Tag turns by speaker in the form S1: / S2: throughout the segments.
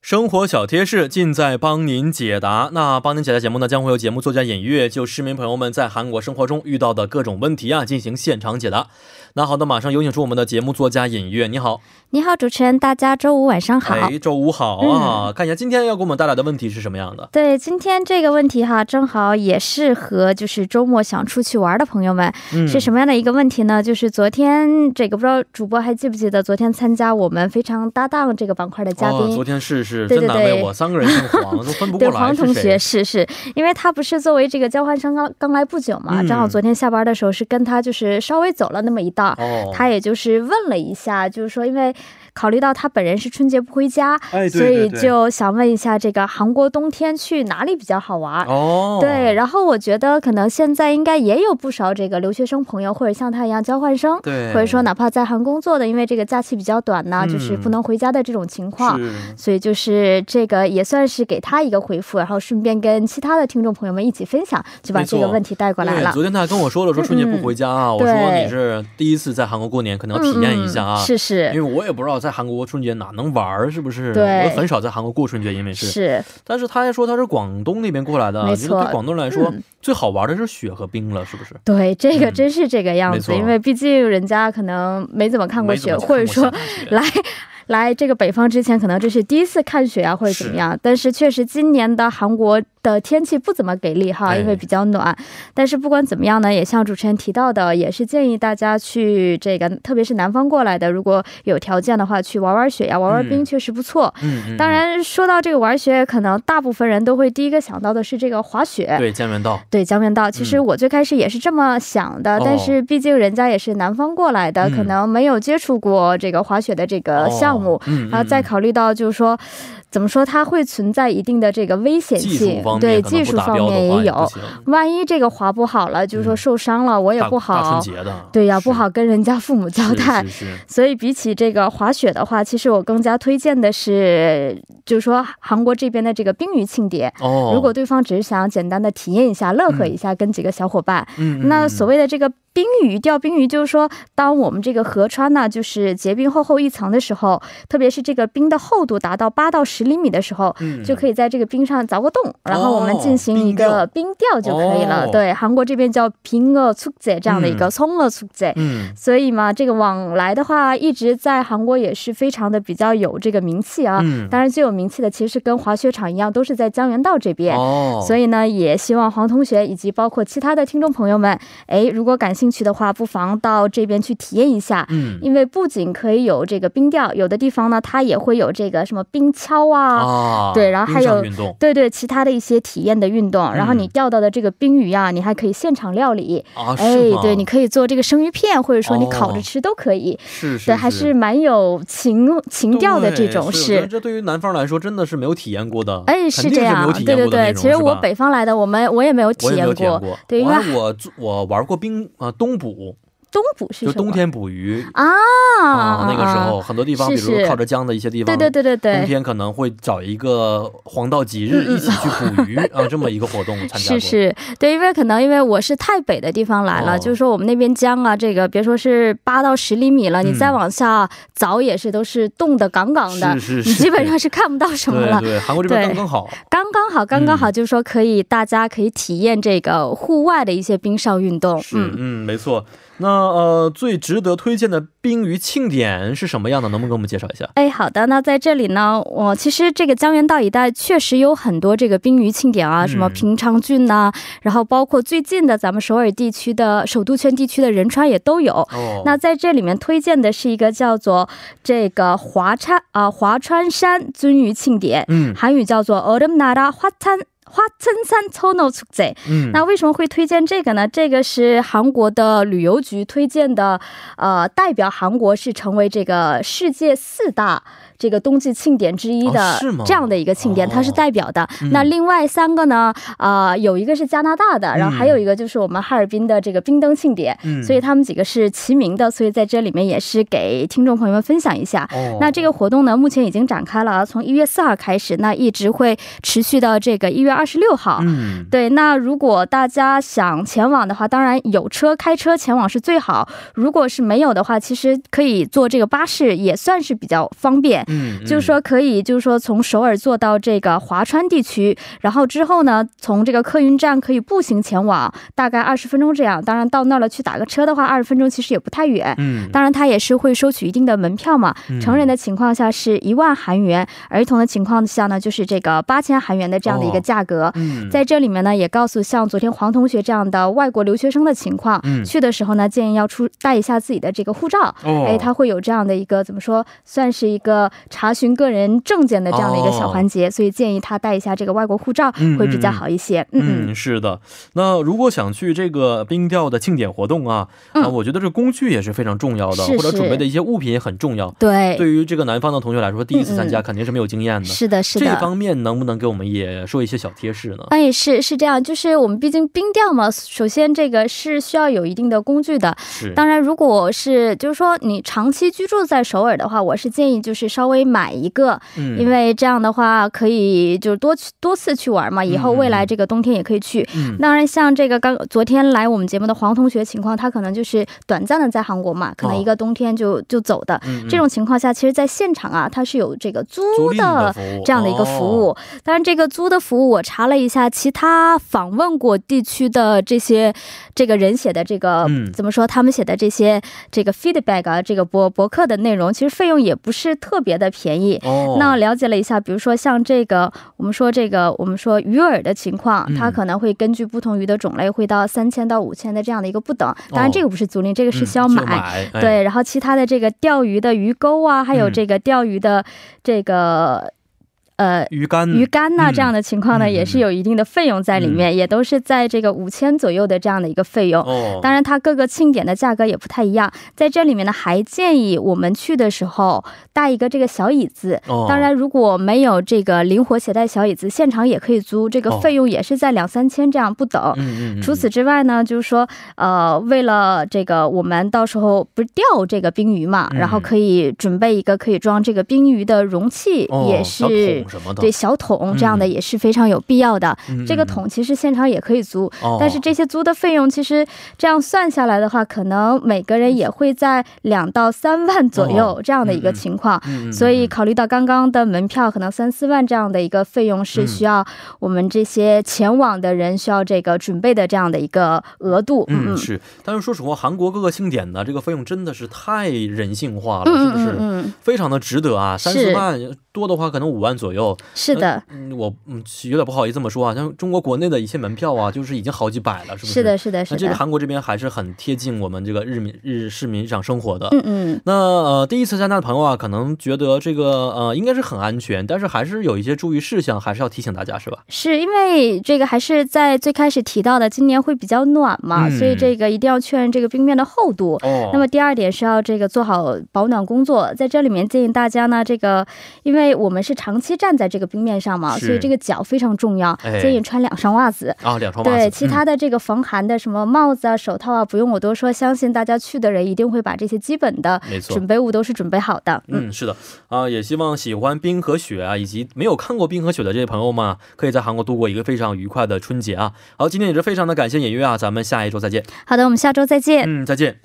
S1: 生活小贴士尽在帮您解答。那帮您解答节目呢，将会有节目作家尹月就市民朋友们在韩国生活中遇到的各种问题啊进行现场解答。那好的，马上有请出我们的节目作家尹月，你好，
S2: 你好，主持人，大家周五晚上好。
S1: 哎，周五好啊！看一下今天要给我们带来的问题是什么样的？
S2: 对，今天这个问题哈，正好也适合就是周末想出去玩的朋友们，
S1: 嗯，
S2: 是什么样的一个问题呢？就是昨天这个不知道主播还记不记得，昨天参加我们非常搭档这个板块的嘉
S1: 哦、
S2: 宾。
S1: 昨天是是，
S2: 对
S1: 真
S2: 对
S1: 难为
S2: 对
S1: 我，三个人姓黄，都分不
S2: 对
S1: 过来
S2: 黄同
S1: 是
S2: 学
S1: 谁。
S2: 是是，因为他不是作为这个交换生刚刚来不久嘛、
S1: 嗯
S2: 正好昨天下班的时候是跟他就是稍微走了那么一道，
S1: 哦，
S2: 他也就是问了一下，就是说因为考虑到他本人是春节不回家，
S1: 哎，
S2: 所以就想问一下，这个韩国冬天去哪里比较好玩？
S1: 哦，
S2: 对，然后我觉得可能现在应该也有不少这个留学生朋友，或者像他一样交换生，
S1: 对，
S2: 或者说哪怕在韩工作的，因为这个假期比较短呢，
S1: 嗯
S2: 就是不能回家的这种情况。
S1: 是
S2: 所以就是这个也算是给他一个回复，然后顺便跟其他的听众朋友们一起分享，就把
S1: 没错
S2: 这个问题带过来
S1: 对，
S2: 了。
S1: 昨天他还跟我说了，说春节不回家啊，我说
S2: 对
S1: 你是第一次在韩国过年，可能要体验一下啊。
S2: 嗯嗯嗯是是
S1: 因为我也不知道在韩国春节哪能玩儿，是不是？
S2: 对
S1: 我很少在韩国过春节，因为是。
S2: 是，
S1: 但是他还说他是广东那边过来的，
S2: 没
S1: 其实对
S2: 错
S1: 广东人来说、
S2: 嗯
S1: 最好玩的是雪和冰了，是不是？
S2: 对，这个
S1: 嗯
S2: 真是这个样子，
S1: 没错
S2: 因为毕竟人家可能没怎么看过
S1: 没怎
S2: 雪，
S1: 么
S2: 或者说
S1: 看过下雪
S2: 来来这个北方之前，可能这是第一次看雪啊，或者怎么样。但是确实今年的韩国的天气不怎么给力哈，
S1: 哎
S2: 因为比较暖。但是不管怎么样呢，也像主持人提到的，也是建议大家去这个，特别是南方过来的，如果有条件的话，去玩玩雪呀、玩玩
S1: 嗯
S2: 冰，确实不错。
S1: 嗯嗯，
S2: 当然，说到这个玩雪，可能大部分人都会第一个想到的是这个滑雪。
S1: 嗯对江原道，
S2: 对江原道，其实
S1: 嗯
S2: 我最开始也是这么想的，
S1: 哦
S2: 但是毕竟人家也是南方过来的、
S1: 嗯
S2: 可能没有接触过这个滑雪的这个项目，
S1: 哦嗯，
S2: 然后啊再考虑到就是说，怎么说它会存在一定的这个危险
S1: 技术
S2: 性
S1: 方面，
S2: 对
S1: 可能不
S2: 技术
S1: 达
S2: 方
S1: 标的
S2: 面
S1: 话
S2: 也
S1: 不
S2: 有，
S1: 行
S2: 万一这个滑不好了，就是说
S1: 嗯
S2: 受伤了，我也
S1: 大
S2: 不
S1: 大春
S2: 好，
S1: 节的，
S2: 对呀、
S1: 是
S2: 不好跟人家父母交代
S1: 是。是是
S2: 所以比起这个滑雪的话，其实我更加推荐的是，就是说韩国这边的这个冰雨庆典，
S1: 哦，
S2: 如果对方只是想简单的体验一下、乐呵一下，跟几个小伙伴，
S1: 嗯，嗯
S2: 那
S1: 嗯
S2: 所谓的这个冰雨钓冰鱼，就是说，当我们这个河川呢，就是结冰厚厚一层的时候，特别是这个冰的厚度达到八到十厘米的时候。
S1: 嗯哦
S2: 就可以在这个冰上凿个洞，然后我们进行一
S1: 冰钓
S2: 个冰钓就可以了。
S1: 哦
S2: 对，韩国这边叫平呃축제这样的一个
S1: 嗯
S2: 松呃축제，
S1: 嗯
S2: 所以嘛，这个往来的话，一直在韩国也是非常的比较有这个名气啊。
S1: 嗯，
S2: 当然，最有名气的其实是跟滑雪场一样，都是在江原道这边。
S1: 哦，
S2: 所以呢，也希望黄同学以及包括其他的听众朋友们，哎，如果感兴趣的话，不妨到这边去体验一下。
S1: 嗯
S2: 因为不仅可以有这个冰钓，有的地方呢，它也会有这个什么冰橇啊，
S1: 啊，
S2: 对然后
S1: 冰
S2: 还
S1: 上
S2: 有
S1: 运动
S2: 对对，其他的一些体验的运
S1: 嗯
S2: 动。然后你钓到的这个冰鱼啊，你还可以现场料理，
S1: 啊，
S2: 哎
S1: 是吗？，
S2: 对，你可以做这个生鱼片，或者说你
S1: 哦
S2: 烤着吃都可以。
S1: 是是
S2: 对，还是蛮有情情调的这种
S1: 对所以我觉得
S2: 是。
S1: 这对于南方来说真的是没有体验过的，
S2: 哎，
S1: 肯
S2: 是
S1: 定
S2: 这
S1: 没
S2: 样
S1: 有，体
S2: 对
S1: 验
S2: 对
S1: 过的那
S2: 对。
S1: 种
S2: 其实
S1: 是
S2: 我
S1: 吧
S2: 北方来的，我们我也没有体
S1: 我也没
S2: 验
S1: 有体验
S2: 过。
S1: 过，
S2: 对因为
S1: 我我做我玩过冰啊冬捕，
S2: 冬捕是
S1: 就
S2: 什么？
S1: 冬天捕鱼
S2: 啊
S1: 啊，那个时候很多地方，
S2: 是
S1: 比如说
S2: 是
S1: 靠着江的一些地方，
S2: 对对对对
S1: 冬
S2: 对，嗯
S1: 天可能会找一个黄道吉日一起去捕鱼啊，这么一个活动参加过。
S2: 是是，对，因为可能因为我是太北的地方来了，
S1: 哦
S2: 就是说我们那边江啊，这个别说是八到十厘米了，你
S1: 嗯
S2: 再往下凿也是都是冻得杠杠的。
S1: 是是
S2: 你
S1: 是，
S2: 基本上是看不到什么
S1: 对嗯
S2: 了，
S1: 对，韩国这边
S2: 对
S1: 刚刚好，
S2: 刚刚好，刚刚好，就是说可以，大家可以体验这个户外的一些冰上运动。
S1: 是，嗯，没错。那呃，最值得推荐的冰鱼庆典是什么样的？能不能给我们介绍一下？
S2: 哎，好的，那在这里呢，我其实这个江原道一带确实有很多这个冰鱼庆典啊，
S1: 嗯
S2: 什么平昌郡呐、然后包括最近的咱们首尔地区的首都圈地区的仁川也都有。
S1: 哦，
S2: 那在这里面推荐的是一个叫做这个华川啊华川山鳟鱼庆典，
S1: 嗯
S2: 韩语叫做어름나라화탄花천산천호축제。
S1: 嗯，
S2: 那为什么会推荐这个呢？这个是韩国的旅游局推荐的，呃，代表韩国是成为这个世界四大这个冬季庆典之一
S1: 哦
S2: 的
S1: 是吗
S2: 这样的一个庆典，
S1: 哦
S2: 它是代表的。
S1: 嗯
S2: 那另外三个呢，啊，有一个是加拿大的，然后还有一个就是我们哈尔滨的这个冰灯庆典，
S1: 嗯，
S2: 所以他们几个是齐名的，所以在这里面也是给听众朋友们分享一下。
S1: 哦，
S2: 那这个活动呢，目前已经展开了啊，从一月四号开始，那一直会持续到这个一月二十六号。
S1: 嗯，
S2: 对，那如果大家想前往的话，当然有车开车前往是最好。如果是没有的话，其实可以坐这个巴士，也算是比较方便。
S1: 嗯，嗯
S2: 就是说可以，就是说从首尔坐到这个华川地区，然后之后呢，从这个客运站可以步行前往，大概二十分钟这样。当然到那儿了去打个车的话，二十分钟其实也不太远。
S1: 嗯，
S2: 当然，它也是会收取一定的门票嘛。
S1: 嗯
S2: 成人的情况下是一万韩元，儿童的情况下呢，就是这个八千韩元的这样的一个价格。
S1: 嗯，
S2: 在这里面呢，也告诉像昨天黄同学这样的外国留学生的情况，
S1: 嗯
S2: 去的时候呢，建议要出带一下自己的这个护照。
S1: 哦，
S2: 哎，它会有这样的一个怎么说，算是一个查询个人证件的这样的一个小环节，所以建议他带一下这个外国护照
S1: 哦嗯
S2: 会比较好一些。嗯
S1: 嗯，是的。那如果想去这个冰钓的庆典活动啊，
S2: 嗯
S1: 啊，我觉得这个工具也是非常重要的，
S2: 是
S1: 或者准备
S2: 是
S1: 的一些物品也很重要。
S2: 对，
S1: 对于这个南方的同学来说，第一次参加
S2: 嗯
S1: 肯定是没有经验的。
S2: 是的，是
S1: 这
S2: 的。
S1: 方面能不能给我们也说一些小贴士呢？
S2: 哎，是是这样，就是我们毕竟冰钓嘛，首先这个是需要有一定的工具的，
S1: 是，
S2: 当然，如果是就是说你长期居住在首尔的话，我是建议就是稍微买一个，
S1: 嗯，
S2: 因为这样的话可以就是多去多次去玩嘛，以后
S1: 嗯嗯
S2: 未来这个冬天也可以去。
S1: 嗯
S2: 当然，像这个刚昨天来我们节目的黄同学情况，他可能就是短暂的在韩国嘛，可能一个冬天就、就走的。
S1: 哦嗯嗯
S2: 这种情况下，其实在现场啊，它是有这个租
S1: 租赁
S2: 的
S1: 的服务
S2: 这样的一个服务。
S1: 哦
S2: 当然，这个租的服务我查了一下，其他访问过地区的这些这个人写的这个、
S1: 嗯
S2: 怎么说，他们写的这些这个 feedback 啊，这个博博客的内容，其实费用也不是特别的便宜。
S1: 哦，
S2: 那了解了一下，比如说像这个，我们说这个，我们说鱼饵的情况，
S1: 嗯
S2: 它可能会根据不同鱼的种类，会到三千到五千的这样的一个不等。当
S1: 哦
S2: 然，这个不是租赁，这个是
S1: 嗯
S2: 需要买。
S1: 买，哎
S2: 对，然后其他的这个钓鱼的鱼钩啊，还有
S1: 嗯
S2: 这个钓鱼的这个、呃
S1: 鱼竿
S2: 鱼竿呐、
S1: 嗯
S2: 这样的情况呢、
S1: 嗯
S2: 也是有一定的费用在里面，也都是在这个五千左右的这样的一个费用。
S1: 哦，
S2: 当然，它各个庆典的价格也不太一样。在这里面呢，还建议我们去的时候带一个这个小椅子。
S1: 哦
S2: 当然，如果没有这个灵活携带小椅子，现场也可以租，这
S1: 哦
S2: 个费用也是在两三千这样不等。
S1: 嗯嗯嗯，
S2: 除此之外呢，就是说，呃，为了这个，我们到时候不是钓这个冰鱼嘛，
S1: 嗯
S2: 然后可以准备一个可以装这个冰鱼的容器，
S1: 哦
S2: 也
S1: 小
S2: 是
S1: 桶什么的，
S2: 对小桶这样的
S1: 嗯
S2: 也是非常有必要的。
S1: 嗯
S2: 这个，
S1: 嗯
S2: 桶其实现场也可以租，
S1: 嗯哦
S2: 但是这些租的费用其实这样算下来的话，可能每个人也会在两到三万左
S1: 哦嗯
S2: 右这样的一个情况。
S1: 嗯嗯
S2: 所以
S1: 嗯
S2: 考虑到刚刚的门票可能三四万这样的一个费用是
S1: 嗯
S2: 需要我们这些前往的人需要这个准备的这样的一个额度，
S1: 嗯
S2: 嗯
S1: 是，但是说实话，韩国各个庆典呢，这个费用真的是太人性化了，
S2: 嗯
S1: 是不
S2: 嗯
S1: 是？
S2: 嗯嗯，
S1: 非常的值得啊，三四
S2: 是
S1: 万多的话可能五万左右。
S2: 是的。
S1: 嗯，我嗯有点不好意思这么说啊，像中国国内的一些门票啊，就是已经好几百了，是不是？
S2: 是的，。是的，是
S1: 那这个
S2: 的，
S1: 韩国这边还是很贴近我们这个日民日市民日常生活的。
S2: 嗯嗯，
S1: 那呃，第一次参加的朋友啊，可能觉得这个呃应该是很安全，但是还是有一些注意事项，还是要提醒大家，是吧？
S2: 是因为这个还是在最开始提到的，今年会比较暖嘛，
S1: 嗯
S2: 所以这个一定要确认这个冰面的厚度，
S1: 哦
S2: 那么第二点是要这个做好保暖工作，在这里面建议大家呢，这个因为我们是长期站在这个冰面上嘛，
S1: 是
S2: 所以这个脚非常重要
S1: 哎，
S2: 建议穿两双袜子。
S1: 啊，两双袜子。
S2: 对，其他的这个防寒的什么帽子啊、手套啊，不用我多说，相信大家去的人一定会把这些基本的
S1: 嗯没错
S2: 准备物都是准备好的。嗯，
S1: 嗯，是的，啊、也希望喜欢冰和雪啊，以及没有看过冰和雪的这些朋友们啊，可以在韩国度过一个非常愉快的春节啊。好，今天也是非常的感谢演约啊，咱们下一周再见。
S2: 好的，我们下周再见。
S1: 嗯，再见。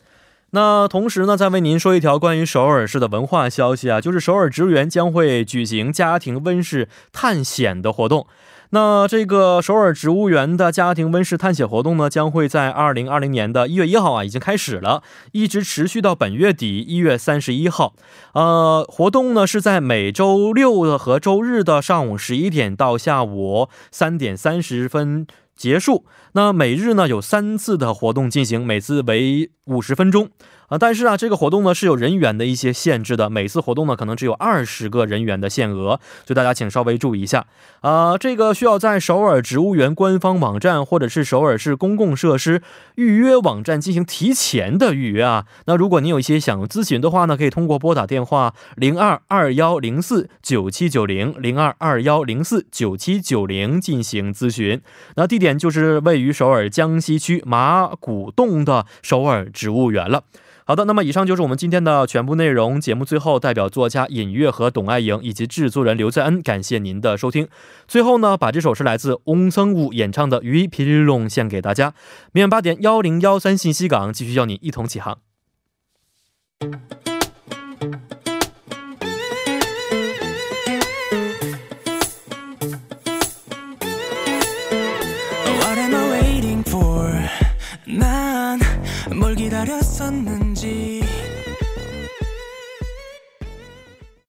S1: 那同时呢，再为您说一条关于首尔市的文化消息啊，就是首尔植物园将会举行家庭温室探险的活动。那这个首尔植物园的家庭温室探险活动呢，将会在二零二零年的一月一号啊已经开始了，一直持续到本月底一月三十一号。呃，活动呢是在每周六的和周日的上午十一点到下午三点三十分结束。那每日呢有三次的活动进行，每次为五十分钟啊。但是啊，这个活动呢是有人员的一些限制的，每次活动呢可能只有二十个人员的限额，所以大家请稍微注意一下啊、这个需要在首尔植物园官方网站或者是首尔市公共设施预约网站进行提前的预约啊。那如果您有一些想咨询的话呢，可以通过拨打电话零二二幺零四九七九零零二二幺零四九七九零进行咨询。那地点就是位于首尔江西区马古洞的首尔植物园了。好的，那么以上就是我们今天的全部内容。节目最后，代表作家尹月和董爱莹以及制作人刘在恩，感谢您的收听。最后呢，把这首是来自翁僧武演唱的《于皮日龙》献给大家。明晚八点幺零幺三信息港继续邀您一同起航。
S3: What am I waiting for? 난 뭘 기다렸었는지